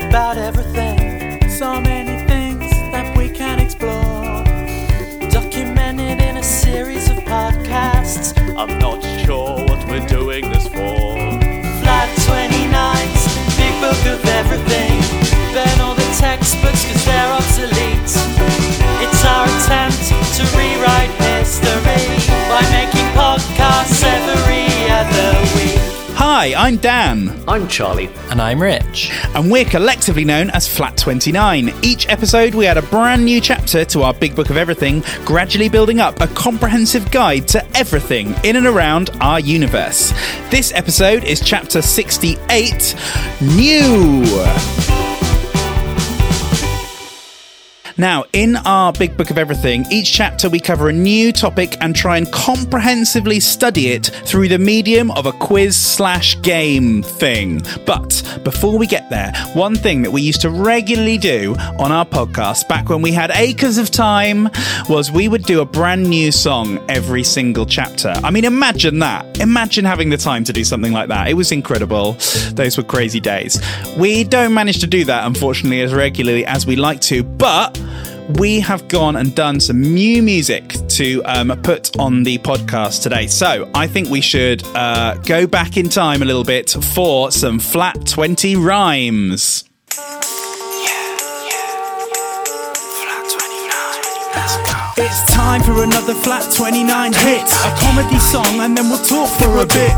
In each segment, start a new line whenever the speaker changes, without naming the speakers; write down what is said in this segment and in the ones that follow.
about everything. So many things that we can explore. Documented in a series of podcasts. I'm not sure what we're doing this for. Flat 29's big book of everything. Burn all the textbooks because they're obsolete. It's our attempt to rewrite history by making podcasts every other week.
Hi, I'm Dan,
I'm Charlie.
And I'm Rich.
and we're collectively known as Flat 29. Each episode, we add a brand new chapter to our big book of everything, gradually building up a comprehensive guide to everything in and around our universe. This episode is chapter 68 New. Now, in our Big Book of Everything, each chapter we cover a new topic and try and comprehensively study it through the medium of a quiz slash game thing. But before we get there, one thing that we used to regularly do on our podcast back when we had acres of time was we would do a brand new song every single chapter. I mean, imagine that. Imagine having the time to do something like that. It was incredible. Those were crazy days. We don't manage to do that, unfortunately, as regularly as we like to, but we have gone and done some new music to um, put on the podcast today. So I think we should uh, go back in time a little bit for some flat 20 rhymes. It's time for another flat 29 hit. A comedy song, and then we'll talk for a bit.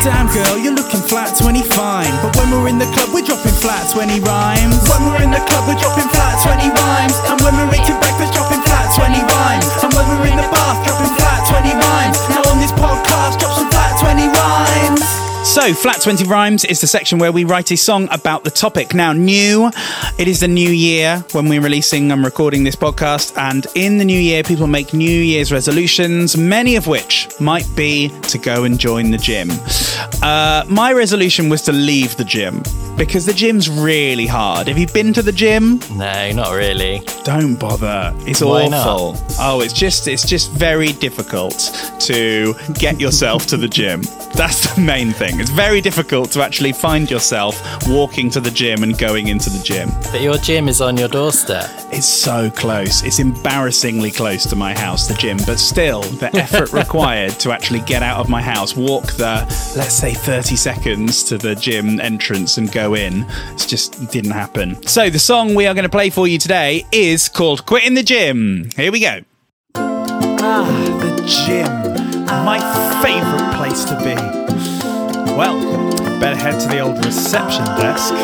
Damn girl, you're looking flat 20 fine. But when we're in the club, we're dropping flat 20 rhymes. When we're in the club, we're dropping flat 20 rhymes. And when we're eating breakfast, dropping flat 20 rhymes. And when we're in the bath, dropping flat 20 rhymes. Now on this podcast, drop some flat 20 rhymes. So, Flat 20 Rhymes is the section where we write a song about the topic. Now, new, it is the new year when we're releasing and recording this podcast. And in the new year, people make New Year's resolutions, many of which might be to go and join the gym. Uh, my resolution was to leave the gym because the gym's really hard. Have you been to the gym?
No, not really.
don't bother. It's
Why not?
awful. Oh, it's just it's just very difficult to get yourself to the gym. That's the main thing. It's very difficult to actually find yourself walking to the gym and going into the gym.
But your gym is on your doorstep.
It's so close. It's embarrassingly close to my house, the gym, but still, the effort required to actually get out of my house, walk the, let's say, 30 seconds to the gym entrance and go in, it just didn't happen. So, the song we are going to play for you today is called Quitting the Gym. Here we go. Ah, the gym. My favourite place to be. Well, better head to the old reception desk.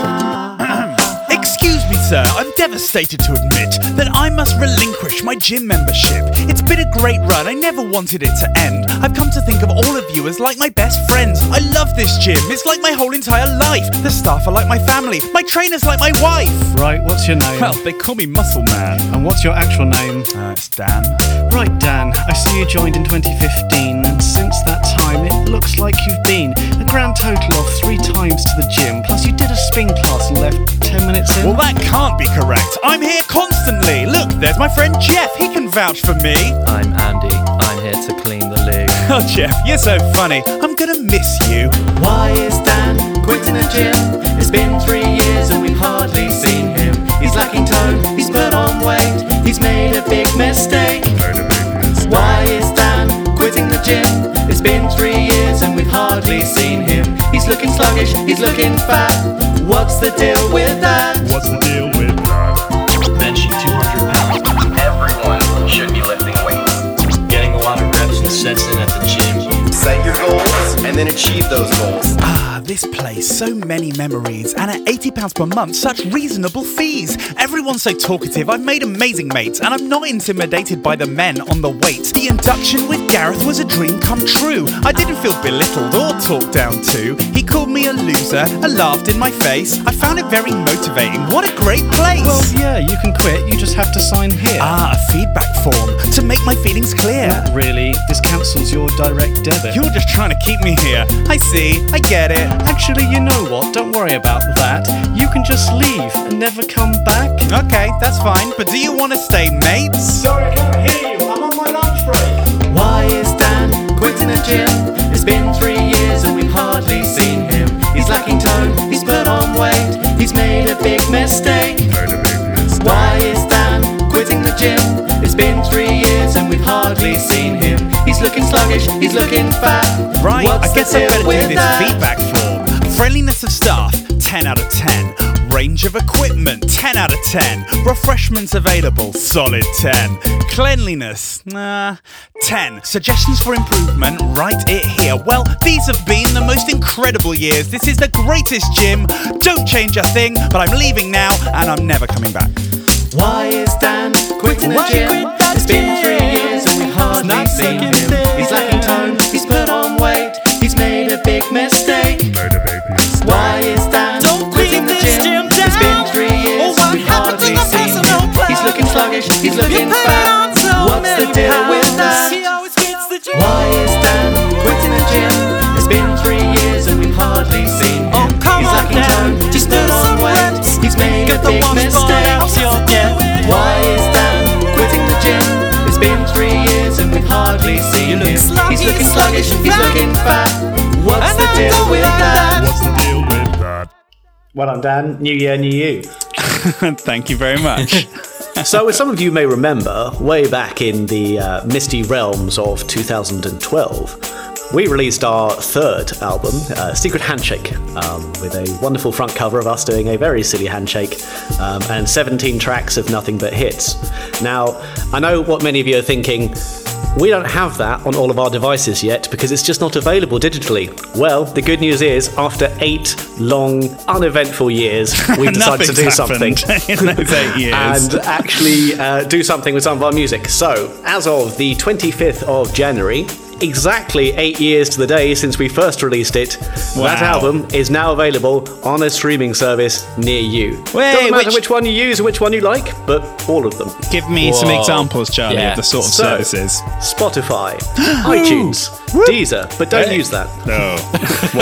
Excuse me, sir. I'm devastated to admit that I must relinquish my gym membership. It's been a great run. I never wanted it to end. I've come to think of all of you as like my best friends. I love this gym. It's like my whole entire life. The staff are like my family. My trainer's like my wife.
Right, what's your name?
Well, they call me Muscle Man.
and what's your actual name?
Uh, it's Dan.
Right, Dan, I see you joined in 2015, and since that time, it looks like you've been a grand total of three times to the gym, plus you did a spin class and left 10 minutes in.
Well, that can't be correct. I'm here constantly. Look, there's my friend Jeff. He can vouch for me.
I'm Andy. I'm here to clean the loo.
Oh, Jeff, you're so funny. I'm gonna miss you.
Why is Dan quitting the gym? It's been three years and we've hardly seen him. He's lacking tone, he's put on weight, he's made a big mistake. Why is Dan quitting the gym? It's been three years and we've hardly seen him. He's looking sluggish, he's looking fat. What's the deal with that?
What's the deal with that?
benching 200 pounds. Everyone should be lifting weights, getting a lot of reps and sets in at the gym.
Set your goals and then achieve those goals.
Ah, this place, so many memories, and at £80 per month, such reasonable fees. Everyone's so talkative, I've made amazing mates, and I'm not intimidated by the men on the weights. The induction with Gareth was a dream come true. I didn't feel belittled or talked down to. He called me a loser, and laughed in my face. I found it very motivating. What a great place!
Well, yeah, you can quit, you just have to sign here.
Ah, a feedback form to make my feelings clear.
really, this cancels your direct debit.
You're just trying to keep me here. I see, I get it.
Actually, you know what? Don't worry about that. You can just leave and never come back.
Okay, that's fine, but do you want to stay mates?
Why is Dan quitting the gym? It's been three years and we've hardly seen him. He's lacking tone, he's put on weight, he's made a big mistake.
He's looking fat.
Right,
What's
I guess
the
I'm
deal
going to
with
do this
that?
feedback form. Friendliness of staff, 10 out of 10. Range of equipment, 10 out of 10. Refreshments available, solid 10. Cleanliness, nah, 10. Suggestions for improvement, write it here. Well, these have been the most incredible years. This is the greatest gym. Don't change a thing, but I'm leaving now and I'm never coming back.
Why is Dan quitting the
Why you
gym?
quit that
It's been three
gym?
years and we've hardly
Not
seen him.
looking fit.
He's lacking tone, he's put on weight, he's made a big mistake.
Made a big mistake.
Why is Dan
Don't
quitting
quit
the
this
gym?
gym
It's been
down.
three years
Oh, what
and we've
happened to
hardly
my
seen
personal
him.
plan?
He's looking sluggish, he's
You
looking
put
fat.
on so
What's the
many
deal with
pounds. She
that?
always gets the gym.
Why is Dan quitting the gym? It's been three years and we've hardly seen him.
Oh, come
he's
on,
lacking tone,
Dan.
he's
Just
put
do
on
some
weight,
reps.
he's made a
Get the
big
wash boy
mistake.
out your debt.
Why is Dan quitting the gym? It's been three years and we've hardly seen him.
sluggish,
he's looking sluggish,
sluggish,
he's
fat.
looking fat. What's
And
the
I
deal
know
with
that.
that?
What's the deal with that?
Well done, Dan. New year, new you.
Thank you very much.
So, as some of you may remember, way back in the uh, misty realms of 2012, we released our third album, uh, Secret Handshake, um, with a wonderful front cover of us doing a very silly handshake um, and 17 tracks of nothing but hits. Now, I know what many of you are thinking. We don't have that on all of our devices yet because it's just not available digitally. Well, the good news is, after eight long, uneventful years, we decided to do
Nothing's
something.
happened in those eight years.
and actually uh, do something with some of our music. So, as of the 25th of January, exactly eight years to the day since we first released it, that
Wow.
album is now available on a streaming service near you.
Way,
Doesn't matter
which-
which... one you use or which one you like, but all of them.
Give me some
Whoa.
examples, Charlie,
Yeah.
of the sort of
So-
services.
Spotify, iTunes, Deezer, but don't use that.
No.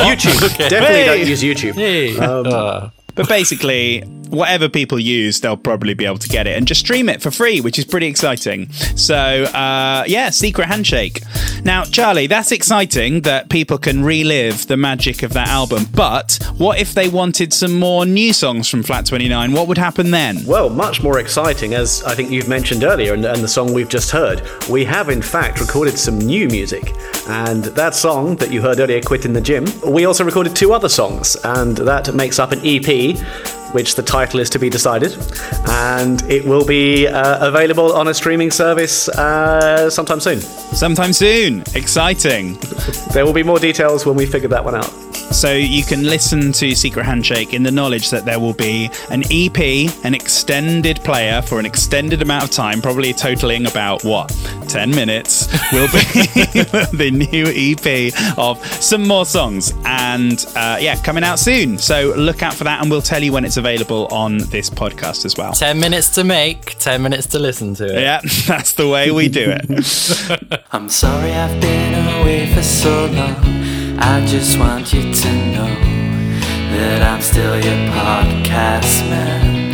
YouTube, definitely
Hey.
don't use YouTube.
Hey.
But basically, whatever people use, they'll probably be able to get it and just stream it for free, which is pretty exciting. So, uh, yeah, Secret Handshake. Now, Charlie, that's exciting that people can relive the magic of that album. But what if they wanted some more new songs from Flat 29? What would happen then?
Well, much more exciting, as I think you've mentioned earlier, and, and the song we've just heard. We have, in fact, recorded some new music. And that song that you heard earlier, Quit in the Gym, we also recorded two other songs, and that makes up an EP, which the title is to be decided. And it will be uh, available on a streaming service uh, sometime soon.
Sometime soon. Exciting.
There will be more details when we figure that one out.
So you can listen to Secret Handshake in the knowledge that there will be an EP, an extended player for an extended amount of time, probably totaling about what, 10 minutes, will be the new EP of some more songs. And uh, yeah, coming out soon. So look out for that and we'll tell you when it's available on this podcast as well.
10 minutes to make, 10 minutes to listen to it.
Yeah, that's the way we do it.
I'm sorry I've been away for so long. I just want you to know that I'm still your podcast man.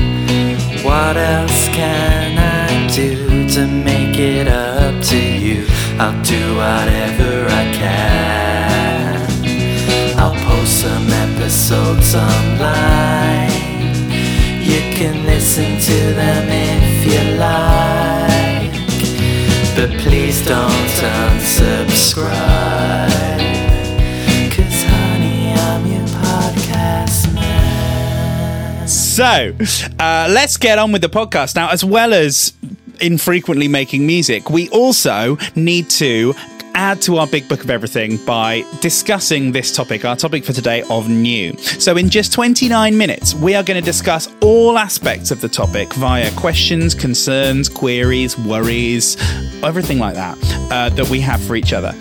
What else can I do to make it up to you? I'll do whatever I can. I'll post some episodes online. You can listen to them if you like. But please don't unsubscribe. Cause honey, I'm your podcast man.
So, uh, let's get on with the podcast now. As well as infrequently making music, we also need to add to our big book of everything by discussing this topic, our topic for today of new. So, in just 29 minutes, we are going to discuss all aspects of the topic via questions, concerns, queries, worries, everything like that uh, that we have for each other.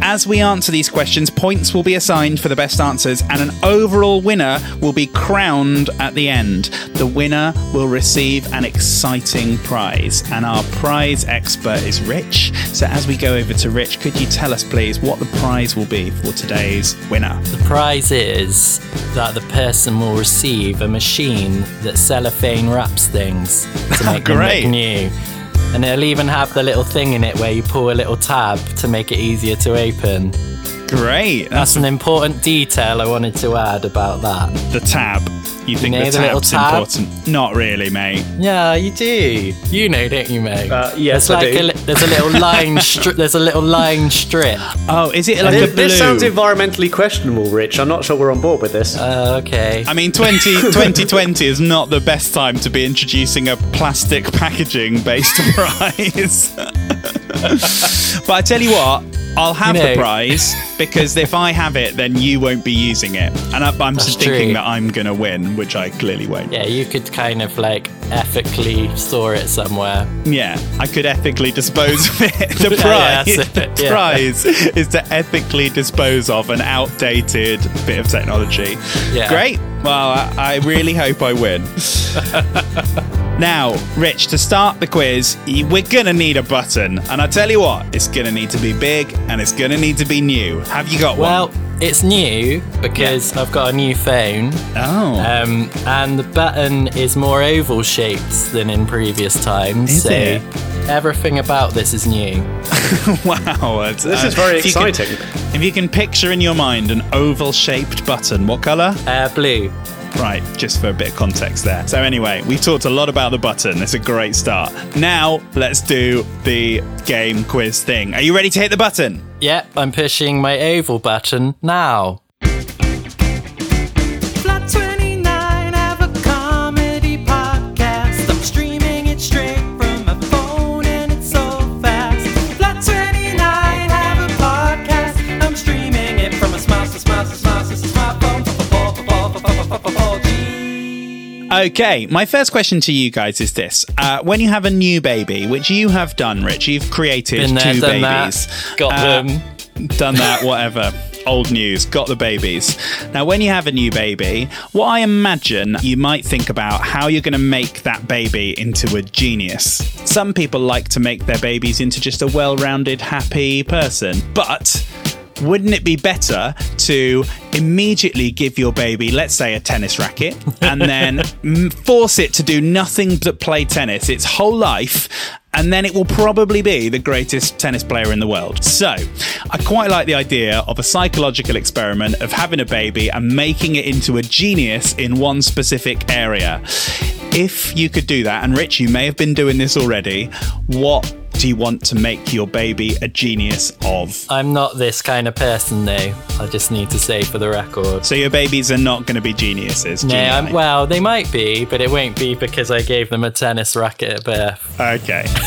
As we answer these questions, points will be assigned for the best answers, and an overall winner will be crowned at the end. The winner will receive an exciting prize, and our prize expert is Rich. So, as we go over to Rich, could you tell us, please, what the prize will be for today's winner?
The prize is that the person will receive a machine that cellophane wraps things to make them
Great.
look new. And it'll even have the little thing in it where you pull a little tab to make it easier to open.
Great, that's
That's an important detail I wanted to add about that.
the tab. You think
know
the
the little
tab's
tab?
important? Not really, mate.
Yeah, you do. You know, don't you, mate?
Uh, yes,
there's
I
like
do.
A, li- there's a little line strip. There's a little line strip.
Oh, is it like a
This,
blue?
this sounds environmentally questionable, Rich. I'm not sure we're on board with this.
Uh, okay.
I mean, 20, 2020 is not the best time to be introducing a plastic packaging based prize. but I tell you what, I'll have
You know.
the prize because if I have it, then you won't be using it. And I, I'm just thinking
true.
that I'm going to win, which I clearly won't.
yeah, you could kind of like ethically store it somewhere.
Yeah, I could ethically dispose of it. The
Yeah,
prize,
yeah, that's it,
the
yeah.
prize is to ethically dispose of an outdated bit of technology.
Yeah.
Great. Well, I, I really hope I win. now, Rich, to start the quiz, y- we're going to need a button. And I tell you what, it's going to need to be big and it's going to need to be new. Have you got
Well,
one?
it's new because I've got a new phone,
Oh.
um, and the button is more oval shaped than in previous times.
Is
so
it?
everything about this is new.
wow. It's,
this
uh,
is very
if you can-
exciting.
if you can picture in your mind an oval shaped button, what colour?
Uh, blue.
Right, just for a bit of context there. So, anyway, we've talked a lot about the button. It's a great start. Now, let's do the game quiz thing. Are you ready to hit the button?
Yep, I'm pushing my oval button now.
Flat 29, have a comedy podcast. I'm streaming it straight from my phone and it's so fast. Flat 29, have a podcast. I'm streaming it from a smiles to smiles to smiles to smartphone.
Okay, my first question to you guys is this. Uh, when you have a new baby, which you have done, Rich, you've created
Been there,
two
done
babies.
that. Got
Uh,
them.
done that, whatever. Old news, got the babies. Now, when you have a new baby, what I imagine you might think about how you're going to make that baby into a genius. Some people like to make their babies into just a well rounded, happy person, but wouldn't it be better to immediately give your baby, let's say, a tennis racket and then m- force it to do nothing but play tennis its whole life? and then it will probably be the greatest tennis player in the world. So, I quite like the idea of a psychological experiment of having a baby and making it into a genius in one specific area. If you could do that, and Rich, you may have been doing this already, what do you want to make your baby a genius of?
I'm not this kind of person, though. I just need to say for the record.
So, your babies are not going to be geniuses.
No,
genii.
I'm, well, they might be, but it won't be because I gave them a tennis racket at birth.
okay.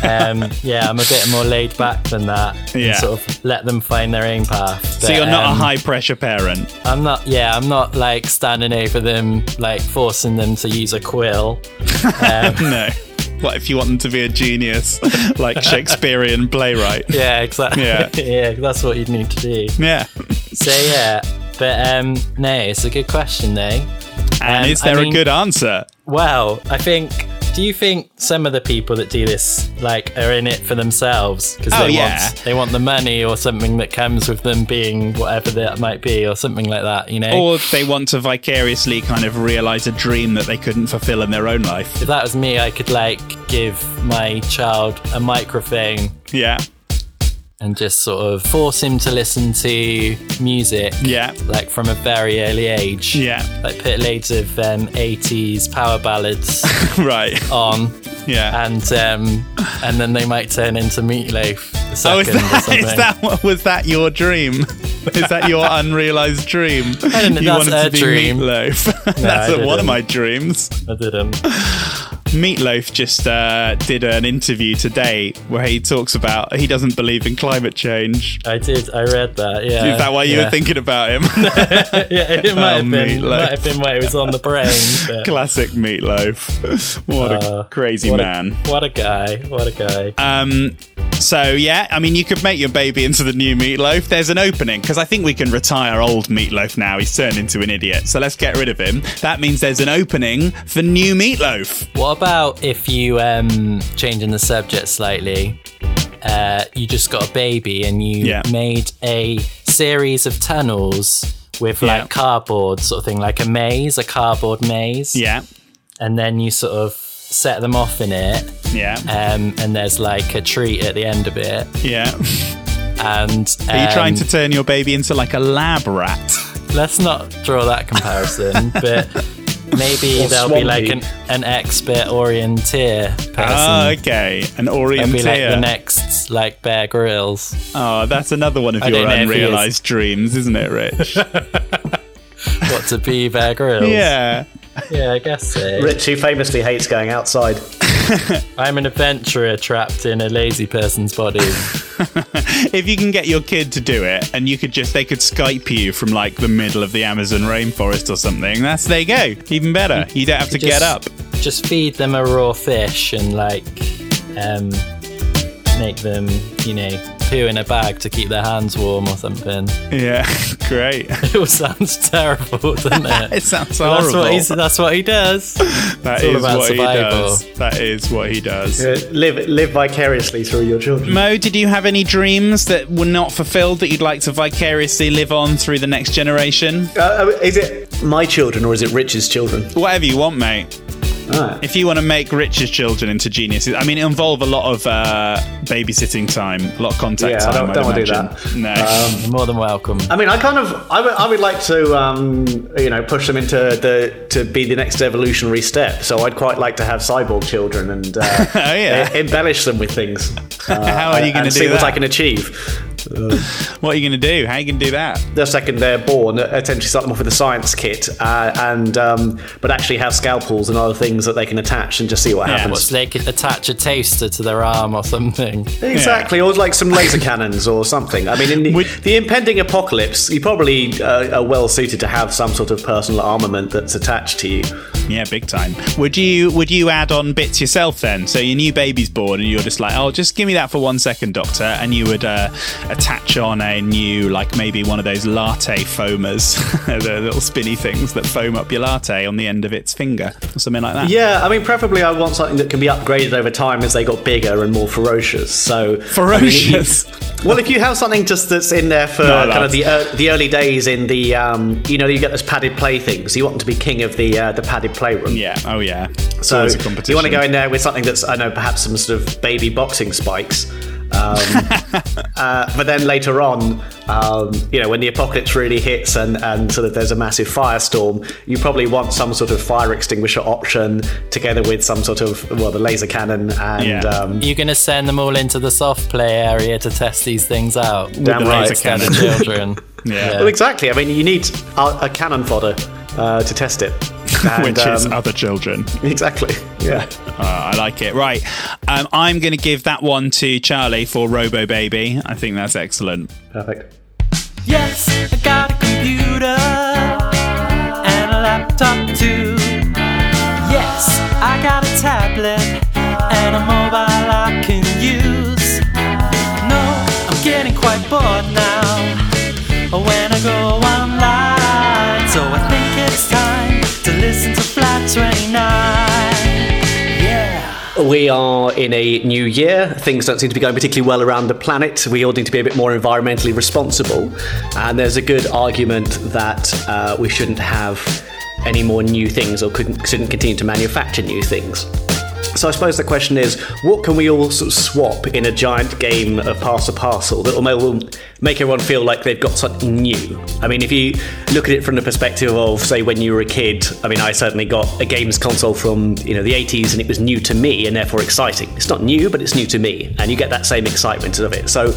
Um, yeah, I'm a bit more laid back than that. and
Yeah.
Sort of let them find their own path.
So,
But,
you're not a
um,
high pressure parent.
I'm not. Yeah, I'm not like standing over them, like forcing them to use a quill.
No. What if you want them to be a genius, like Shakespearean playwright?
Yeah, exactly.
Yeah.
yeah, that's what you'd need to do.
Yeah.
So yeah, but um, no, it's a good question though.
And
Um,
is there
I mean-
a good answer?
Well, I think. Do you think some of the people that do this like are in it for themselves because
Oh,
they
yeah.
want they want the money or something that comes with them being whatever that might be or something like that? You know,
Or they want to vicariously kind of realize a dream that they couldn't fulfill in their own life.
if that was me, I could like give my child a microphone
Yeah.
and just sort of force him to listen to music.
Yeah.
Like from a very early age.
Yeah.
Like put loads of um, 80s power ballads
Right.
on
yeah.
and um, and then they might turn into meatloaf the
Oh, is
second or
that,
something.
is that what was that your dream? Is that your unrealized dream?
don't know,
you
that's
wanted
a
to be
dream.
meatloaf.
I
that's a- one of
didn't.
my dreams.
I didn't.
Meatloaf just uh, did an interview today where he talks about he doesn't believe in climate change.
I did. I read that. Yeah.
Is that why you
yeah.
were thinking about him?
Yeah, it might have been.
meatloaf.
Might have been why it was on the brain. But,
Classic Meatloaf. What
uh,
a crazy
what a-
man.
what a guy. What a guy.
Um, so yeah, I mean, you could make your baby into the new meatloaf. There's an opening because I think we can retire old meatloaf now. He's turned into an idiot, so let's get rid of him. That means there's an opening for new meatloaf.
What about if you um changing the subject slightly? Uh, you just got a baby and you
Yeah.
made a series of tunnels with
Yeah.
like cardboard sort of thing, like a maze, a cardboard maze.
Yeah,
And then you sort of set them off in it.
yeah,
Um, and there's like a treat at the end of it.
yeah.
And
Are you
um,
trying to turn your baby into like a lab rat?
let's not draw that comparison, but maybe
Or
there'll be like an,
Swampy.
an expert orienteer person.
Ah, okay. An
They'll be like the
orienteer.
next like Bear Grylls.
oh, that's another one of
I
your
don't know if he is.
unrealized dreams, isn't it, Rich?
What to be Bear Grylls?
yeah.
yeah, I guess so.
Rich, who famously hates going outside.
I'm an adventurer trapped in a lazy person's body.
If you can get your kid to do it and you could just, they could Skype you from like the middle of the Amazon rainforest or something, that's, there you go. Even better. You don't have to get
Just-
up.
Just feed them a raw fish and like um, make them, you know, poo in a bag to keep their hands warm or something.
Yeah. Great.
It all sounds terrible, doesn't it?
It sounds
But that's
horrible.
what, he's, that's what he does.
That
It's all
is
about
what he
survival.
does. That is what he does.
Uh, live, live vicariously through your children.
Mo, did you have any dreams that were not fulfilled that you'd like to vicariously live on through the next generation?
Uh, is it my children or is it Rich's children?
Whatever you want, mate.
Ah.
If you want to make Richard's children into geniuses, I mean, it involve a lot of uh, babysitting time, a lot of contact
Yeah, I
time.
don't-
I'd
don't wanna do Um,
imagine. No.
You're more than welcome.
Uh,
I mean, I kind of, I would, I would like to, um, you know, push them into the to be the next evolutionary step. So I'd quite like to have cyborg children and uh,
Oh, yeah.
e- embellish them with things. Uh,
How are you
and-
gonna
and
do
see what
that?
I can achieve?
what are you going to do? How are you going to do that?
The second they're born, essentially start them off with a science kit, uh, and um, but actually have scalpels and other things that they can attach and just see what happens.
What's they could attach a toaster to their arm or something.
Exactly, or like some laser cannons or something. I mean, in the, the impending apocalypse, you probably uh, are well suited to have some sort of personal armament that's attached to you.
Yeah, big time. Would you would you add on bits yourself then? So your new baby's born, and you're just like, oh, just give me that for one second, doctor, and you would uh, attach on a new, like maybe one of those latte foamers, the little spinny things that foam up your latte on the end of its finger, or something like that.
Yeah, I mean, preferably I want something that can be upgraded over time as they got bigger and more ferocious. So
Ferocious.
I mean, if you- well, if you have something just that's in there for
No,
kind of
that's-
the ear the early days in the um, you know you get those padded play things. You want them to be king of the uh, the padded playroom.
Yeah. Oh yeah. It's
So
always a
you
competition.
want to go in there with something that's I know perhaps some sort of baby boxing spikes. Um, uh, but then later on, um, you know, when the apocalypse really hits and, and sort of there's a massive firestorm, you probably want some sort of fire extinguisher option together with some sort of, well, the laser cannon and
Yeah.
um,
You're gonna send them all into the soft play area to test these things out.
Damn
With
right.
the extended
Laser cannon.
children.
Yeah.
Well, exactly. I mean, you need a, a cannon fodder uh, to test it. And,
Which is
um,
other children.
exactly. Yeah.
Uh, I like it. Right. Um, I'm going to give that one to Charlie for Robo Baby. I think that's excellent.
Perfect.
Yes, I got a computer and a laptop too. Yes, I got a tablet and a mobile I can use. No, I'm getting quite bored now when I go online. So I think it's time to listen to Flat 29. Yeah.
We are in a new year. Things don't seem to be going particularly well around the planet. We all need to be a bit more environmentally responsible. And there's a good argument that uh, we shouldn't have any more new things or couldn't, shouldn't continue to manufacture new things. So I suppose the question is, what can we all sort of swap in a giant game of pass a parcel that will ma- will make everyone feel like they've got something new? I mean, if you look at it from the perspective of, say, when you were a kid, I mean, I certainly got a games console from you know the 80s, and it was new to me and therefore exciting. It's not new, but it's new to me, and you get that same excitement of it. So,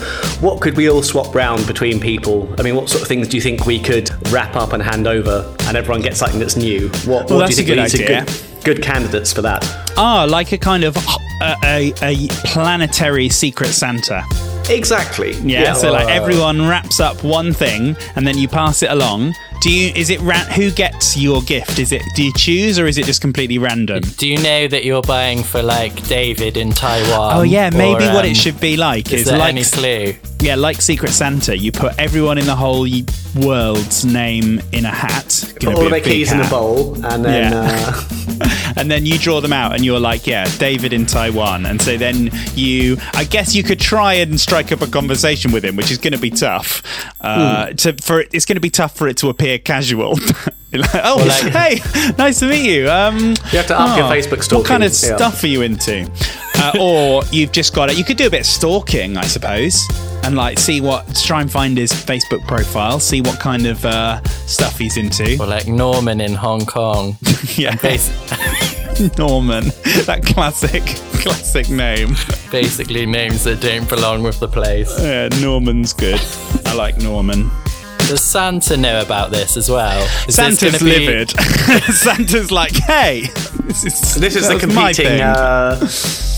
what could we all swap round between people? I mean, what sort of things do you think we could wrap up and hand over, and everyone gets something that's new? What,
Well,
what do
that's
you
a
think
good
we need to
idea.
Good, good candidates for that.
Ah, like a kind of uh, a, a planetary secret Santa.
Exactly.
Yeah. so like everyone wraps up one thing and then you pass it along. Do you? Is it ran? Who gets your gift? Is it? Do you choose or is it just completely random?
Do you know that you're buying for like David in Taiwan?
oh yeah, maybe
or,
what
um,
it should be like
Is
is,
there
like
any clue?
yeah, like Secret Santa. You put everyone in the whole y- world's name in a hat. Gonna
all
be
of
a
their
big
keys in a
hat.
bowl, and then
Yeah.
uh,
and then you draw them out and you're like yeah david in taiwan and so then you i guess you could try and strike up a conversation with him which is going to be tough uh,
Hmm.
to, for it, it's going to be tough for it to appear casual You're like, oh
like-
hey nice to meet you um
you have to up your
oh,
Facebook stalking.
what kind of
Yeah.
stuff are you into uh, or you've just got it you could do a bit of stalking i suppose and like see what try and find his facebook profile see what kind of uh, stuff he's into.
Or like Norman in Hong Kong.
Yeah,
Bas-
Norman, that classic, classic name.
basically names that don't belong with the place.
Yeah, Norman's good. I like Norman.
Does Santa know about this as well? Is this
Santa's
gonna be-
livid. Santa's like, hey, this is
This is
that
the
was my
competing
thing."
uh,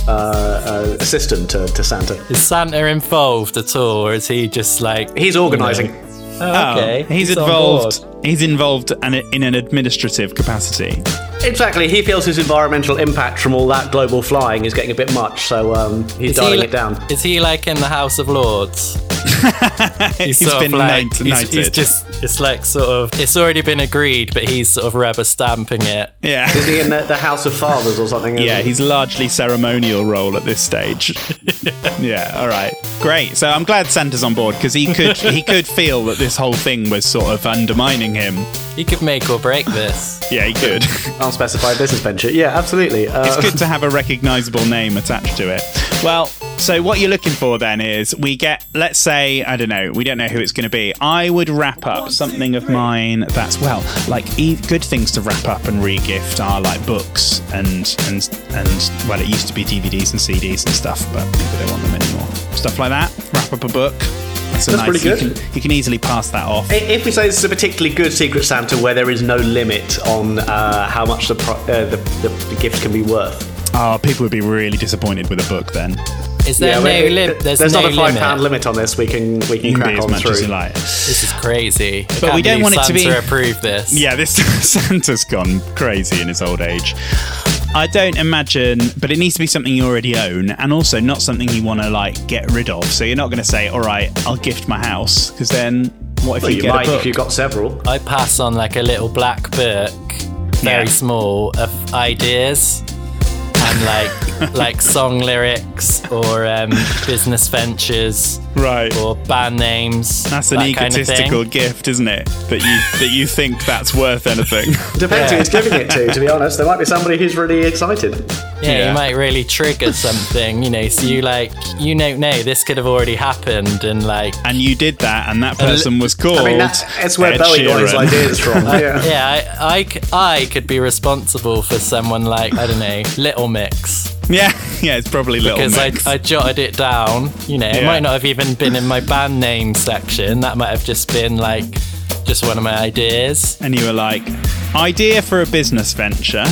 uh, uh, assistant to, to Santa.
Is Santa involved at all, or is he just like
He's organising.
Oh,
Oh,
okay,
he's,
on
involved.
board.
He's involved an, in an administrative capacity.
Exactly, he feels his environmental impact from all that global flying is getting a bit much, so um, he's
Is
dialing
he,
it down.
Is he like in the House of Lords? he's
He's
sort
been
of like,
knight-
he's, he's
knighted.
just, it's like sort of, it's already been agreed, but he's sort of rubber stamping it.
Is
Yeah.
he in the, the House of Fathers or something?
Yeah, he's largely ceremonial role at this stage. yeah, all right. Great. So I'm glad Santa's on board because he could he could feel that this whole thing was sort of undermining him.
He could make or break this.
Yeah, he could.
unspecified business venture. Yeah, absolutely. Uh,
it's good to have a recognizable name attached to it. Well, so what you're looking for then is we get, let's say, I don't know, we don't know who it's going to be. I would wrap up something of mine that's well, like e- good things to wrap up and re-gift are like books and and and well, it used to be DVDs and CDs and stuff, but people don't want them anymore. Stuff like that. Wrap up a book. That's, a
That's
nice,
pretty
You
good.
can, you can easily pass that off.
I- If we say this is a particularly good Secret Santa where there is no limit on uh, how much the, pro- uh, the, the the gift can be worth.
Oh, people would be really disappointed with a book then.
Is there no
we-
limit?
th-
There's,
there's
no
not a five
limit.
pound limit on this. We can we can
You can
crack
be as
on
much
through.
as you like.
This is crazy. I
But
can't
we don't
believe
want it to
Santa
be-
approve this.
Yeah, this Santa's gone crazy in his old age. I don't imagine, but it needs to be something you already own, and also not something you want to like get rid of. So you're not going to say, "All right, I'll gift my house," because then what if
Well,
you,
you
get
might
a book?
if you've got several.
I pass on like a little black book, very
Yeah.
small, of ideas and like like song lyrics or um, business ventures
right.
or band names.
that's an
that kind of thing.
egotistical gift, isn't it? That you that you think that's worth anything.
Depends who it's giving it to. To be honest, there might be somebody who's really excited.
Yeah,
Yeah.
you might really trigger something, you know. So you like you don't know this could have already happened, and like
and you did that, and that person was called.
I mean, that's, that's where
Ed
Bowie got his
Sheeran.
ideas from. yeah.
yeah, I, I c- I could be responsible for someone like I don't know Little Mix.
yeah, yeah, it's probably little
because I,
Mix.
I jotted it down. You know, it
Yeah.
might not have even been in my band name section. That might have just been like just one of my ideas.
and you were like, idea for a business venture,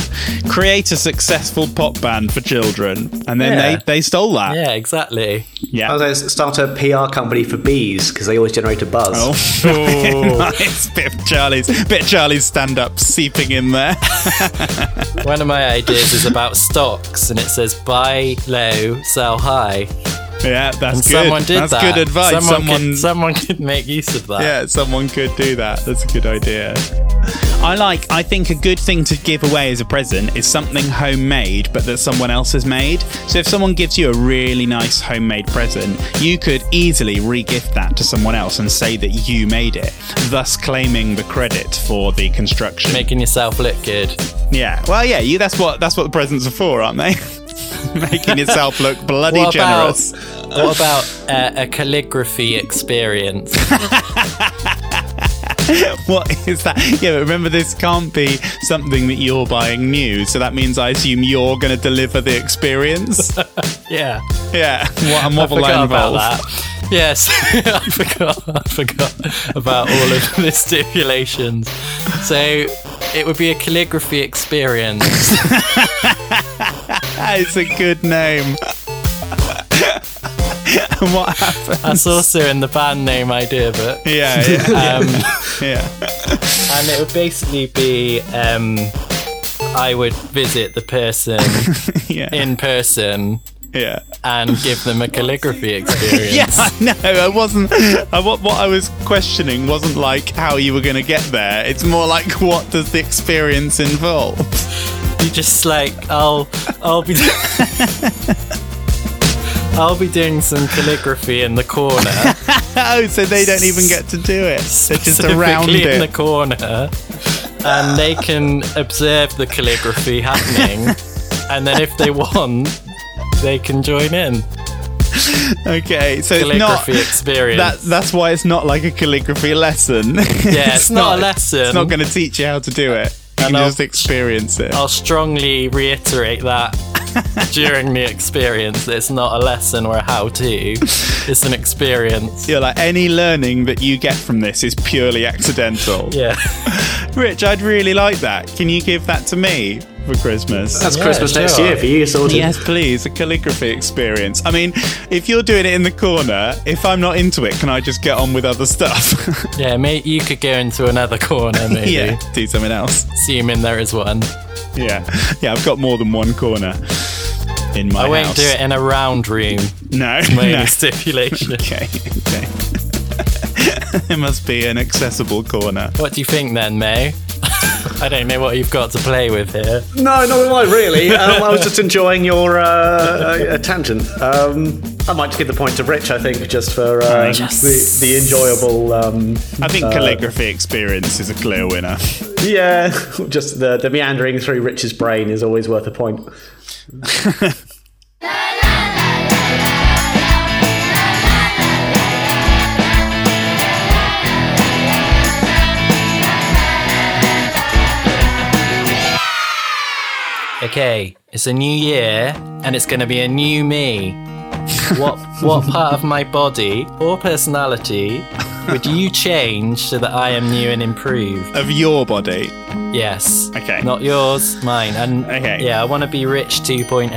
create a successful pop band for children. And then
Yeah.
they, they stole that.
Yeah, exactly.
Yeah.
I was gonna start a PR company for bees because they always generate a buzz.
Oh, nice bit of Charlie's bit of Charlie's stand up seeping in there.
One of my ideas is about stocks, and it says buy low, sell high.
Yeah, that's
And
good.
someone did
that's
that.
good advice.
Someone,
Someone,
could, someone could make use of that.
yeah, someone could do that. That's a good idea. I like. I think a good thing to give away as a present is something homemade, but that someone else has made. So if someone gives you a really nice homemade present, you could easily re-gift that to someone else and say that you made it, thus claiming the credit for the construction.
Making yourself look good.
yeah. Well, yeah. You. That's what. That's what the presents are for, aren't they? Making yourself look bloody
What about,
generous.
what about uh, a calligraphy experience?
What is that? Yeah, but remember, this can't be something that you're buying new. So that means I assume you're going to deliver the experience.
yeah.
yeah. What, and what will
forgot
that involve?
about that. Yes, I forgot. I forgot about all of the stipulations. So it would be a calligraphy experience.
that is a good name. and what happened?
That's also in the band name idea book,
Yeah, yeah,
um,
yeah.
and it would basically be um, I would visit the person
Yeah.
in person
yeah.
and give them a calligraphy experience.
Yeah, I know. I wasn't. I, what, what I was questioning wasn't like how you were going to get there. It's more like what does the experience involve?
You just like I'll I'll be I'll be doing some calligraphy in the corner.
Oh, so they don't even get to do it. They're just
specifically
around it.
in the corner, and they can observe the calligraphy happening, and then if they want, they can join in.
Okay, so it's not
Calligraphy experience.
that. That's why it's not like a calligraphy lesson. Yeah,
it's not a lesson.
It's not going to teach you how to do it. You can
And I'll-
just experience it.
I'll strongly reiterate that during the experience, it's not a lesson or a how to, it's an experience.
You're like any learning that you get from this is purely accidental.
Yeah.
Rich, I'd really like that. Can you give that to me for Christmas?
That's
Yeah,
Christmas next
sure.
year for you, sorted.
Yes, please. A calligraphy experience. I mean, if you're doing it in the corner, if I'm not into it, can I just get on with other stuff?
Yeah, mate, you could go into another corner, maybe.
yeah, do something else.
Assuming there is one.
Yeah, yeah. I've got more than one corner in my
I won't
house.
do it in a round room.
No,
My
no.
only stipulation.
Okay, okay. it must be an accessible corner.
What do you think then, May? I don't know what you've got to play with here.
No, not mine, really. Um, I was just enjoying your uh, uh, tangent. Um, I might give the point to Rich, I think, just for uh, the, the enjoyable. Um,
I think
Uh,
calligraphy experience is a clear winner.
yeah, just the, the meandering through Rich's brain is always worth a point.
Okay, it's a new year and it's going to be a new me. What what part of my body or personality would you change so that I am new and improved?
Of your body,
Yes.
Okay.
Not yours, mine. And
Okay.
yeah, I want to be rich 2.0.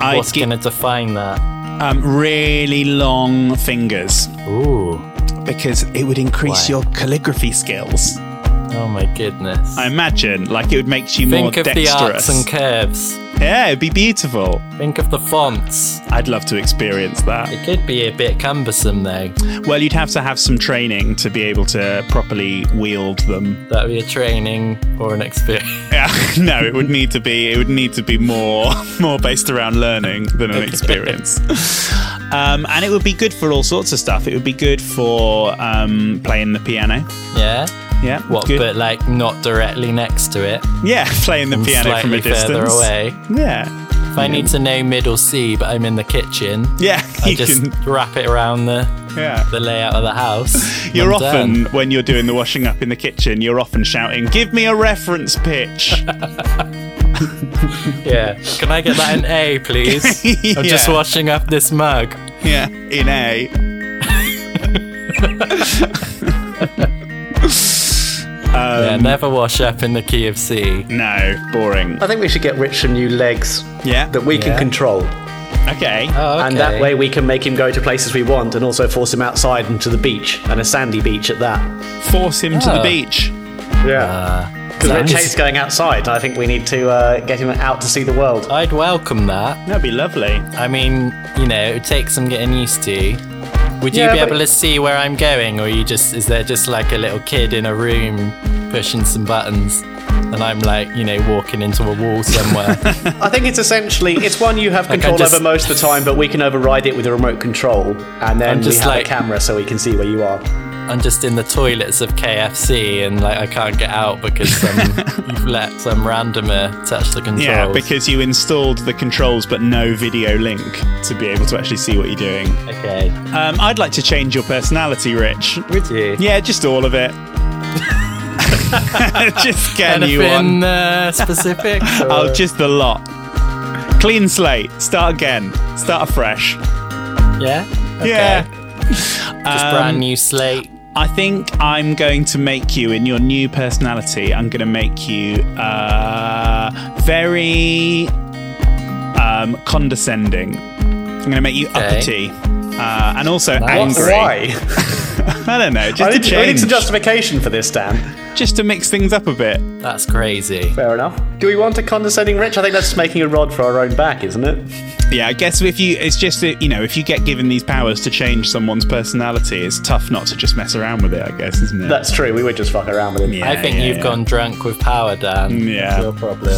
I'd
What's
gi-
going to define that?
um, really long fingers
Ooh.
because it would increase
Why?
your calligraphy skills.
Oh my goodness.
I imagine, like it would make you
Think
more
of the
dexterous.
arcs and curves.
yeah, it'd be beautiful.
Think of the fonts.
I'd love to experience that.
It could be a bit cumbersome though.
Well, you'd have to have some training to be able to properly wield them.
That would be a training or an experience.
Yeah, no, it would need to be it would need to be more more based around learning than an experience. Um, and it would be good for all sorts of stuff. It would be good for um, playing the piano.
Yeah?
Yeah,
What,
good.
but like not directly next to it,
yeah, playing the piano from
slightly
a distance.
further away.
Yeah,
If I need to know middle C, but I'm in the kitchen,
yeah,
I
you
just
can.
wrap it around the,
Yeah.
the layout of the house. and
You're
I'm done.
often, when you're doing the washing up in the kitchen, you're often shouting, Give me a reference pitch.
Yeah. Can I get that in A, please? I'm just
Yeah.
washing up this mug.
yeah, in A.
yeah,
Um,
never wash up in the key of C.
No, boring.
I think we should get Rich some new legs
Yeah.
that we Uh, can control.
Okay.
Oh,
And that way we can make him go to places we want and also force him outside and to the beach, and a sandy beach at that.
Force him to the
Oh.
beach.
Yeah.
Uh,
Because Rich
nice.
hates going outside, and I think we need to uh, get him out to see the world.
I'd welcome that.
That'd be lovely.
I mean, you know, it takes some getting used to. Would you
Yeah,
be
but-
able to see where I'm going, or you just is there just like a little kid in a room pushing some buttons, and I'm like, you know, walking into a wall somewhere?
I think it's essentially it's one you have
Like, I
control
just-
over most of the time, but we can override it with a remote control, and then
I'm
we
just
have
like-
a camera so we can see where you are.
I'm just in the toilets of KFC, and like I can't get out because some, you've let some randomer touch the controls.
Yeah, because you installed the controls but no video link to be able to actually see what you're doing.
okay,
Um, I'd like to change your personality, Rich.
would you?
Yeah, just all of it. just get a new one.
Anything uh, specific?
Oh, just the lot. Clean slate. Start again. Start afresh.
yeah, okay.
Yeah.
just
um,
brand new slate.
I think I'm going to make you, in your new personality, I'm going to make you uh, very um, condescending. I'm going to make you uppity. Uh, and also
Nice.
angry.
Why?
I don't know. Just to
I need, I need
change.
some justification for this, Dan.
just to mix things up a bit.
That's crazy.
Fair enough. Do we want a condescending Rich? I think that's making a rod for our own back, isn't it?
Yeah, I guess if you, it's just that, you know, if you get given these powers to change someone's personality, it's tough not to just mess around with it, I guess, isn't it?
That's true. We would just fuck around with him.
Yeah,
I think
yeah, Mm.
you've
yeah.
gone drunk with power, Dan.
Yeah.
No problem.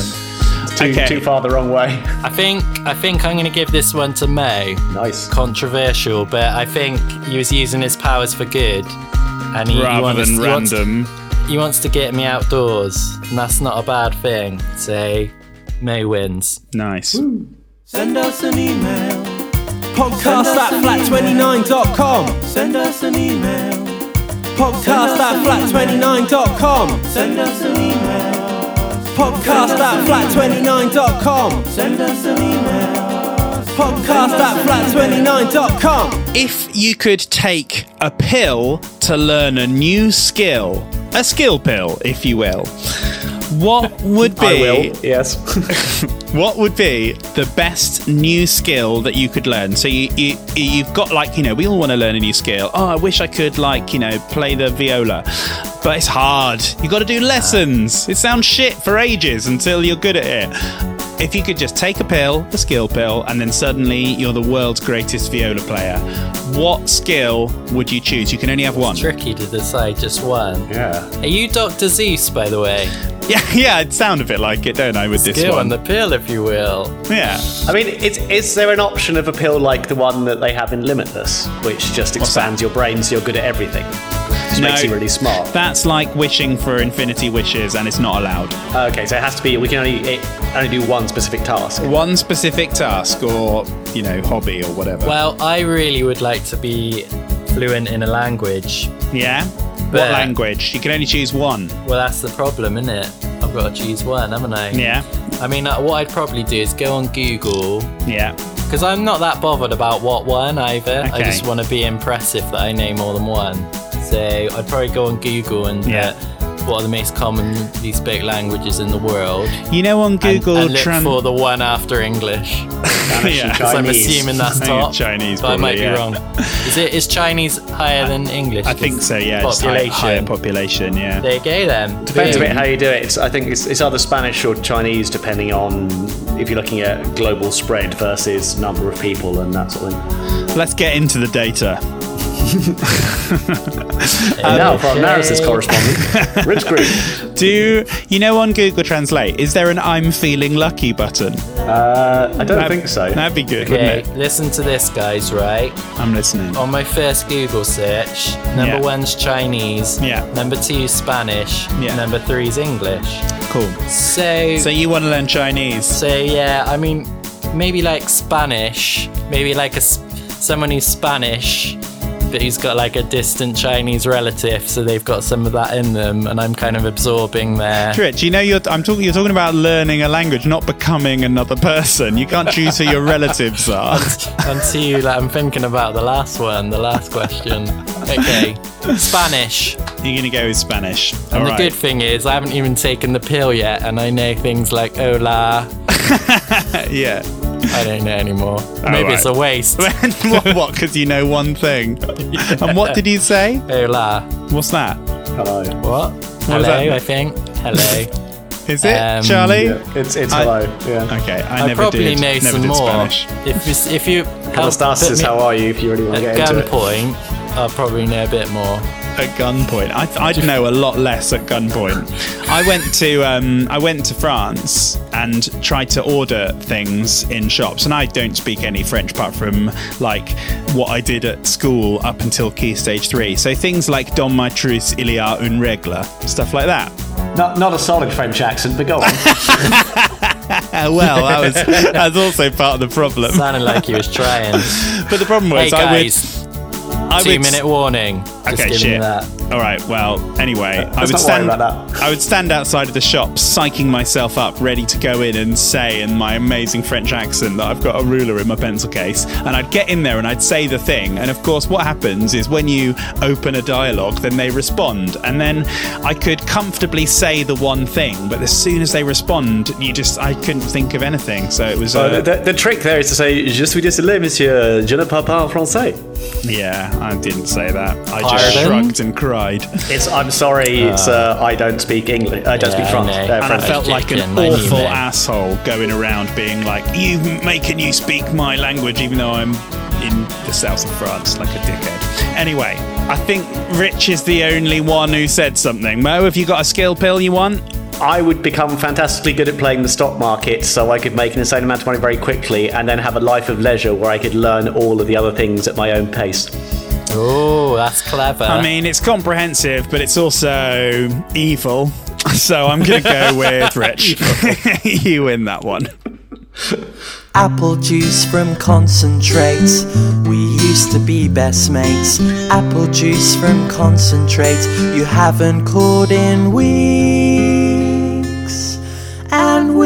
It's too,
Okay.
too far the wrong way.
I think I think I'm gonna give this one to May.
Nice.
Controversial, but I think he was using his powers for good, and he, he
Rather
wants-
than
he wants-
random.
He wants to get me outdoors, and that's not a bad thing. So, May wins.
Nice.
Send us an email
Podcast at flat29.com.
Send us an email.
Podcast at flat29.com.
Send us an email.
Podcast at flat29.com.
Send us an email.
Podcast at flat29.com.
If you could take a pill to learn a new skill, a skill pill, if you will, what would be
I will. Yes.
what would be the best new skill that you could learn? So you, you you've got like you know we all want to learn a new skill. Oh, I wish I could like you know play the viola, but it's hard. You got to do lessons. It sounds shit for ages until you're good at it. If you could just take a pill, a skill pill, and then suddenly you're the world's greatest viola player, what skill would you choose? You can only have one.
Tricky to decide just one.
yeah.
Are you Dr. Zeus, by the way?
Yeah, yeah, it sound a bit like it, don't I? With this
Go on
one,
the pill, if you will.
yeah.
I mean, is, is there an option of a pill like the one that they have in Limitless, which just expands your brain so you're good at everything? Which
No.
makes you really smart.
That's like wishing for infinity wishes, and it's not allowed.
Uh, okay, so it has to be, we can only, it, only do one specific task.
one specific task or you know hobby or whatever
Well, I really would like to be fluent in a language.
yeah what
But-
language you can only choose one
Well, that's the problem, isn't it? I've got to choose one, haven't I?
yeah
I mean, uh, what I'd probably do is go on Google
yeah
because I'm not that bothered about what one either. I
Okay.
just want to be impressive that I know more than one. So I'd probably go on Google and
Yeah.
uh, what are the most commonly spoken languages in the world?
you know on
and-
google
and, look
tran-
for the one after English.
yeah.
So I'm
Chinese.
assuming that's
I think
top.
Chinese
but I
probably,
might be
yeah.
wrong. Is it is Chinese higher than English?
i think so yeah it's high-
Population.
higher population yeah
there you go then.
Depends a
Boom.
bit how you do it. It's, I think it's, it's either Spanish or Chinese, depending on if you're looking at global spread versus number of people and that sort of thing.
let's get into the data
And now for our analysis correspondent, Rich Group.
do you know on google translate is there an i'm feeling lucky button
Uh, I don't
That-
think so.
that'd be good
Okay, Um,
wouldn't it
listen to this, guys. Right
i'm listening
on my first Google search, number
Yeah.
one's Chinese.
Yeah.
Number two's Spanish.
Yeah.
Number three's English.
cool
So,
so
so,
you want to learn chinese
yeah. I mean, maybe like Spanish. Maybe like a s- someone who's Spanish, but who's got like a distant Chinese relative, so they've got some of that in them, and I'm kind of absorbing their.
Rich, you know you're I'm talking you're talking about learning a language, not becoming another person. You can't choose who your relatives are.
Until like, I'm thinking about the last one, the last question. Okay, Spanish.
You're gonna go with Spanish. All
And the
right.
good thing is, I haven't even taken the pill yet, and I know things like hola.
Yeah.
I don't know anymore. Maybe it's a
right.
waste.
And what? What? Because you know one thing. And what did you say?
hola.
What's that?
Hello.
What?
was that?
hello, I think. Hello.
Is it
Um,
Charlie?
It's, it's
I-
hello. Yeah.
Okay, I,
I
never
probably
did.
know
never
some
did
more.
Spanish.
If you, if you help
Anastasis,
put me
how are you? If you really want to
at
get into it.
gunpoint, I'll probably know a bit more.
at gunpoint. I, I'd know a lot less at gunpoint. I went to um, I went to France and tried to order things in shops, and I don't speak any French apart from like what I did at school up until Key Stage Three. So things like "Dans ma truce il y a une règle," stuff like that.
Not, not a solid French accent, but go on.
Uh, well, that was that's also part of the problem.
Sounded like he was trying.
But the problem
hey
was I would
guys,
I
two
would
minute warning. Just
Okay,
giving
shit.
that.
All right. Well, anyway, I would
not worry
stand.
about that.
I would stand outside of the shop, psyching myself up, ready to go in and say in my amazing French accent that I've got a ruler in my pencil case, and I'd get in there and I'd say the thing. And of course, what happens is when you open a dialogue, then they respond, and then I could comfortably say the one thing, but as soon as they respond, you just I couldn't think of anything. So it was.
Uh,
Uh,
the, the trick there is to say, Je suis désolé, monsieur, je ne parle pas français.
yeah, I didn't say that. I just
Ireland?
shrugged and cried.
It's, I'm sorry, it's, uh, I don't speak English. I don't
Yeah,
speak Fran-
I know.
uh,
And
And I
French.
felt like an
chicken, I knew
awful
that.
asshole going around being like, "You making you speak my language, even though I'm in the south of France, like a dickhead." Anyway, I think Rich is the only one who said something. Mo, have you got a skill pill you want?
I would become fantastically good at playing the stock market so I could make an insane amount of money very quickly and then have a life of leisure where I could learn all of the other things at my own pace.
Oh, that's clever.
I mean, it's comprehensive, but it's also evil. So I'm gonna go with Rich. you win that one.
Apple juice from concentrate. We used to be best mates. Apple juice from concentrate. You haven't called in weeks and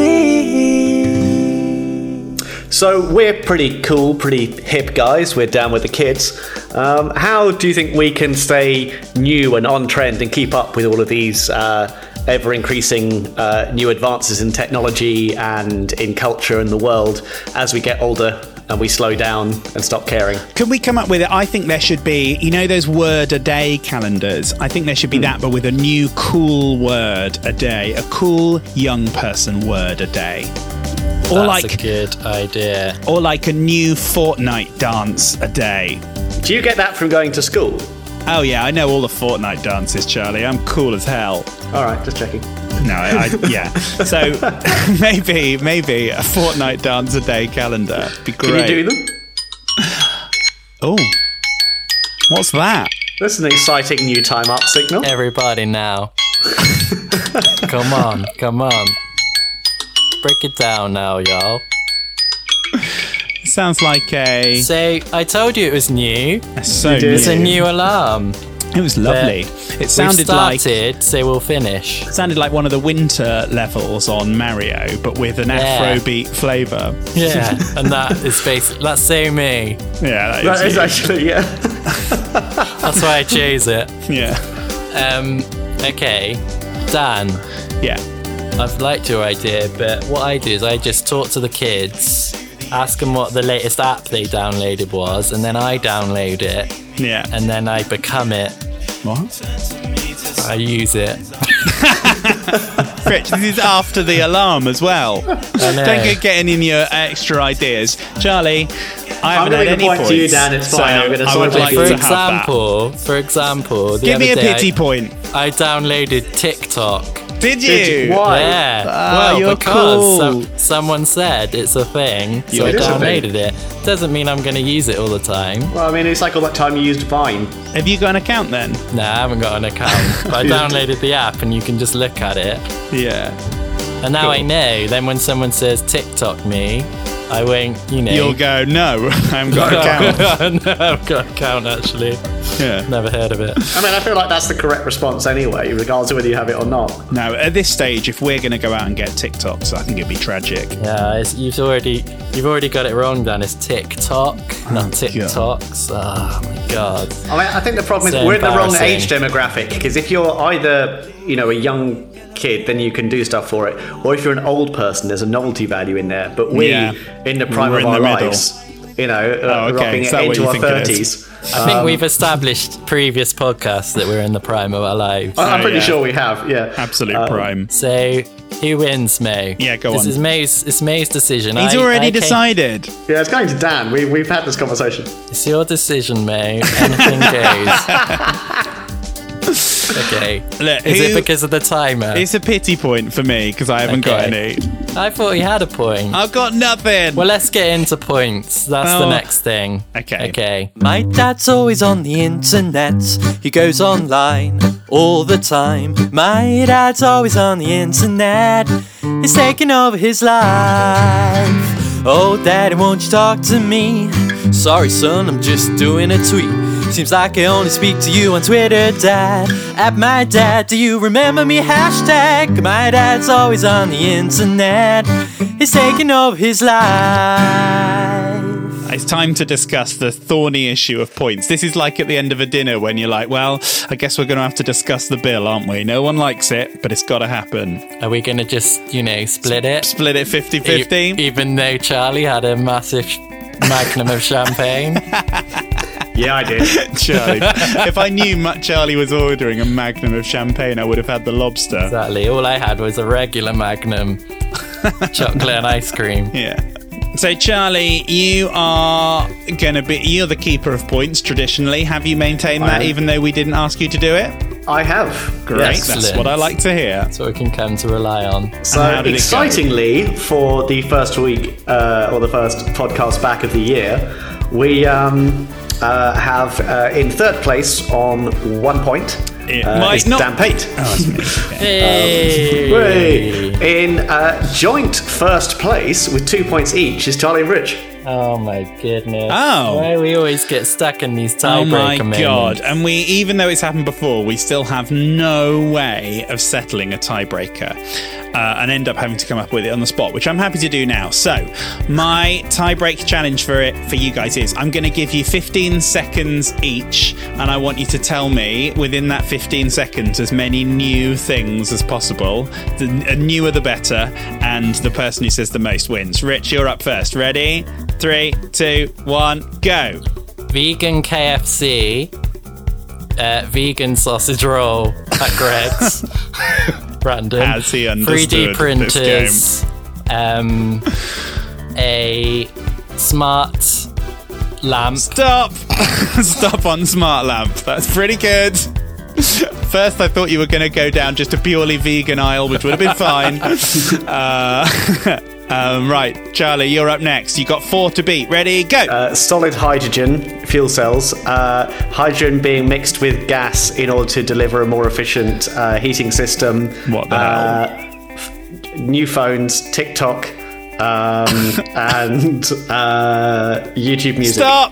weeks.
So we're pretty cool, pretty hip guys. We're down with the kids. Um, how do you think we can stay new and on trend and keep up with all of these uh, ever increasing uh, new advances in technology and in culture and the world as we get older and we slow down and stop caring?
Could we come up with it? I think there should be, you know, those word a day calendars. I think there should be
Hmm.
that, but with a new cool word a day, a cool young person word a day, or
That's a
like,
good idea.
or like a new Fortnite dance a day.
Do you get that from going to school?
Oh yeah, I know all the Fortnite dances, Charlie. I'm cool as hell.
All right, just checking.
No, I, I yeah. So maybe, maybe a Fortnite dance a day calendar. Be
Can
great.
you do them?
Oh, what's that?
That's an exciting new time up signal.
Everybody now. come on, come on. Break it down now, y'all.
Sounds like a
So I told you it was new.
so
did.
It's a
new-
new alarm.
It was lovely. It
We've
sounded like
started, so we'll finish.
sounded like one of the winter levels on Mario, but with an
Yeah.
Afrobeat flavour.
Yeah, and that is basically that's so me.
Yeah,
That is
you.
actually, yeah.
That's why I chose it.
yeah,
Um, okay, Dan,
yeah.
I've liked your idea, but what I do is I just talk to the kids, ask them what the latest app they downloaded was, and then I download it,
Yeah.
and then I become it.
what?
I use it.
Rich, this is after the alarm as well.
I know.
Don't go getting in your extra ideas, Charlie. I haven't
gonna
had
give
any
a point to you, Dan, it's fine,
so
I'm gonna
I
sort
would
of
like
like-
to
for
have
example, for example, the
that. Give me a
other day
pity point.
I, I downloaded TikTok.
Did you?
Why?
Yeah.
Ah,
well,
you're
because
cool.
some- someone said it's a thing, so
You're
I
it is
a thing.
downloaded it. Doesn't mean I'm going to use it all the time.
Well, I mean, it's like all that time you used Vine.
Have you got an account then?
No, I haven't got an account. but I downloaded the app and you can just look at it.
Yeah.
And now I know. Then when someone says TikTok me, I won't, you know.
You'll go. No, I haven't got an account.
no, I've got an account actually.
Yeah.
Never heard of it.
I mean, I feel like that's the correct response anyway, regardless of whether you have it or not.
No, at this stage, if we're going to go out and get TikToks, I think it'd be tragic.
Yeah, it's, you've already you've already got it wrong, Dan. It's TikTok,
Oh,
not TikToks. Oh my god.
I mean, I think the problem
So
is we're in the wrong
embarrassing.
age demographic because if you're either, you know, a young kid, then you can do stuff for it, or if you're an old person, there's a novelty value in there. But we,
Yeah.
in the prime
We're
of
in
our
the middle.
lives, you know,
Oh,
uh
okay.
rocking
Is
it
that what
into
you
our
think it is?
thirties.
I think we've established previous podcasts that we're in the prime of our lives.
I'm
Oh,
pretty
yeah.
sure we have. Yeah, Uh,
Absolute
Uh,
prime.
so who wins, May?
Yeah, go
this
on.
This is May's. It's May's decision.
He's
I-
already
I came-
decided.
Yeah, it's going to Dan. We, we've had this conversation.
It's your decision, May. Anything goes. okay.
Look,
Is it
who-
because of the timer?
It's a pity point for me because I haven't got any.
Okay. I thought he had a point.
I've got nothing.
Well, let's get into points. That's
Oh.
the next thing.
Okay.
Okay.
My dad's always on the internet. He goes online all the time. My dad's always on the internet. It's taking over his life. Oh, daddy, won't you talk to me? Sorry, son, I'm just doing a tweet. Seems like I only speak to you on Twitter, dad. At my dad, do you remember me? Hashtag. My dad's always on the internet. It's taking over his life.
it's time to discuss the thorny issue of points. This is like at the end of a dinner when you're like, well, I guess we're going to have to discuss the bill, aren't we? No one likes it, but it's got to happen.
Are we gonna just, you know, split it?
Split it 50
E-
50.
even though Charlie had a massive magnum of champagne.
Yeah, I did.
Charlie. if I knew Ma- Charlie was ordering a magnum of champagne, I would have had the lobster.
Exactly. All I had was a regular magnum, chocolate and ice cream.
Yeah. So, Charlie, you are going to be, you're the keeper of points traditionally. Have you maintained that
I-
even though we didn't ask you to do it?
I have.
Great. That's
Excellent.
what I like to hear.
So we can come to rely on.
how
So
did it go?
excitingly, for the first week uh, or the first podcast back of the year, we um, uh, have uh, in third place on one point.
It
Uh,
might
it's
not. Oh,
Dan Pate.
Hey.
Way. In uh, joint first place with two points each is Charlie and Rich.
Oh my goodness.
Oh.
Why we always get stuck in these
Oh my
tiebreaker moments.
god! And we, even though it's happened before, we still have no way of settling a tiebreaker, uh, and end up having to come up with it on the spot, which I'm happy to do now. So, my tiebreak challenge for it for you guys is: I'm going to give you 15 seconds each, and I want you to tell me within that 15 seconds as many new things as possible. The uh, newer the better, and the person who says the most wins. Rich, you're up first. Ready? Three, two, one, go.
Vegan KFC, uh, vegan sausage roll at Greg's. Random.
As he understood
3D
this
printers. Um, a smart lamp.
Stop! Stop on Smart Lamp. That's pretty good. First, I thought you were going to go down just a purely vegan aisle, which would have been fine. uh, um, right, Charlie, you're up next. You got four to beat. Ready? Go.
Uh, solid hydrogen fuel cells, uh, hydrogen being mixed with gas in order to deliver a more efficient uh, heating system.
What the
uh, f- New phones, TikTok, um, and uh, YouTube music.
Stop.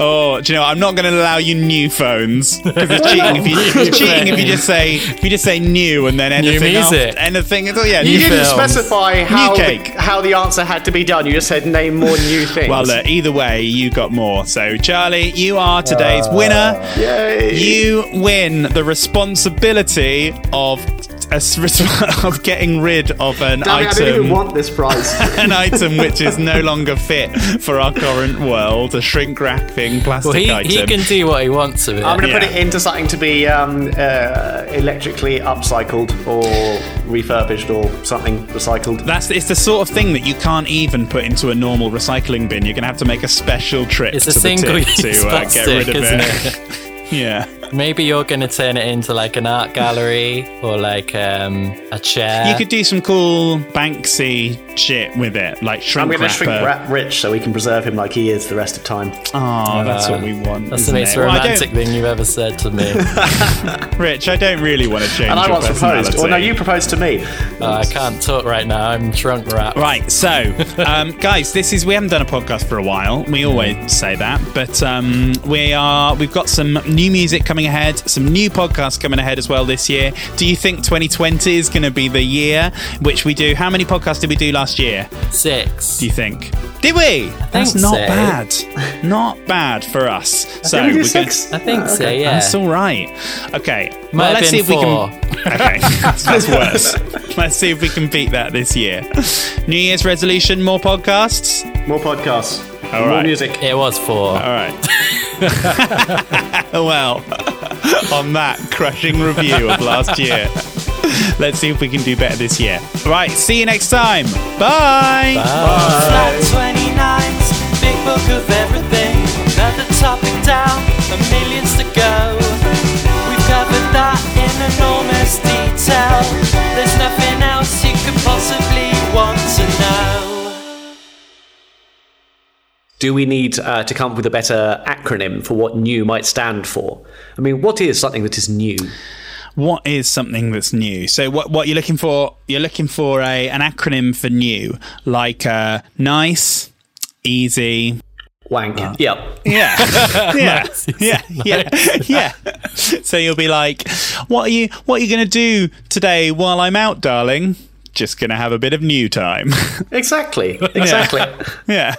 Oh, do you know? what? I'm not going to allow you new phones because it's cheating. If you, it's cheating if you just say if you just say new and then anything
music.
after, anything at all. Yeah,
You
new
didn't
films.
specify how
cake.
the, how the answer had to be done. You just said name more new things.
Well, look, either way, you got more. So, Charlie, you are today's
Uh,
winner.
Yay.
You win the responsibility of of getting rid of an
Damn it, I don't even
item,
want this prize.
an item which is no longer fit for our current world, a shrink wrapping plastic
Well, he,
item.
he can do what he wants with it.
I'm going to
Yeah.
put it into something to be um, uh, electrically upcycled or refurbished or something recycled.
That's it's the sort of thing that you can't even put into a normal recycling bin. You're gonna have to make a special trip
It's
to
a
the tip
single-use
to uh, get
plastic,
rid of
isn't
it. yeah.
Maybe you're going to turn it into like an art gallery or like um, a chair.
Uh,
You could do some cool Banksy shit with it, like
I'm
shrink
going to
wrapper.
shrink wrap Rich so we can preserve him like he is the rest of time.
Oh, that's what we want.
uh, That's the most romantic thing you've ever said to me.
Rich, I don't really want to change
and I
your
once proposed.
personality.
Or no, you proposed to me.
Uh, I can't talk right now. I'm drunk wrapped.
Right, so um, guys, this is we haven't done a podcast for a while. We always say that, but um, we are we've got some new music coming ahead, some new podcasts coming ahead as well this year. Do you think 2020 is going to be the year which we do? How many podcasts did we do last year?
Six.
Do you think? Did we? That's
think
not
so.
bad. Not bad for us. so
Did we do
we're
six?
I think so, yeah.
That's all right. Okay.
Might
well,
have
let's
been
see if
four.
we can. Okay, that's worse. Let's see if we can beat that this year. New Year's resolution: more podcasts.
More podcasts.
All
more
right.
music.
It was four.
All right. Oh, well, on that crushing review of last year, let's see if we can do better this year. Right. See you next time. Bye.
Flat 29's big book of everything. Another topic down, the millions to go. We've covered that in enormous detail. There's nothing else you could possibly want to know.
Do we need uh, to come up with a better acronym for what new might stand for? I mean, what is something that is new?
What is something that's new? So what what you're looking for? You're looking for a an acronym for new, like uh, nice, easy,
Wank. yeah.
Yeah. yeah. yeah. Yeah. Yeah. So you'll be like, what are you what are you gonna do today while I'm out, darling? Just gonna have a bit of new time.
Exactly. Exactly.
yeah.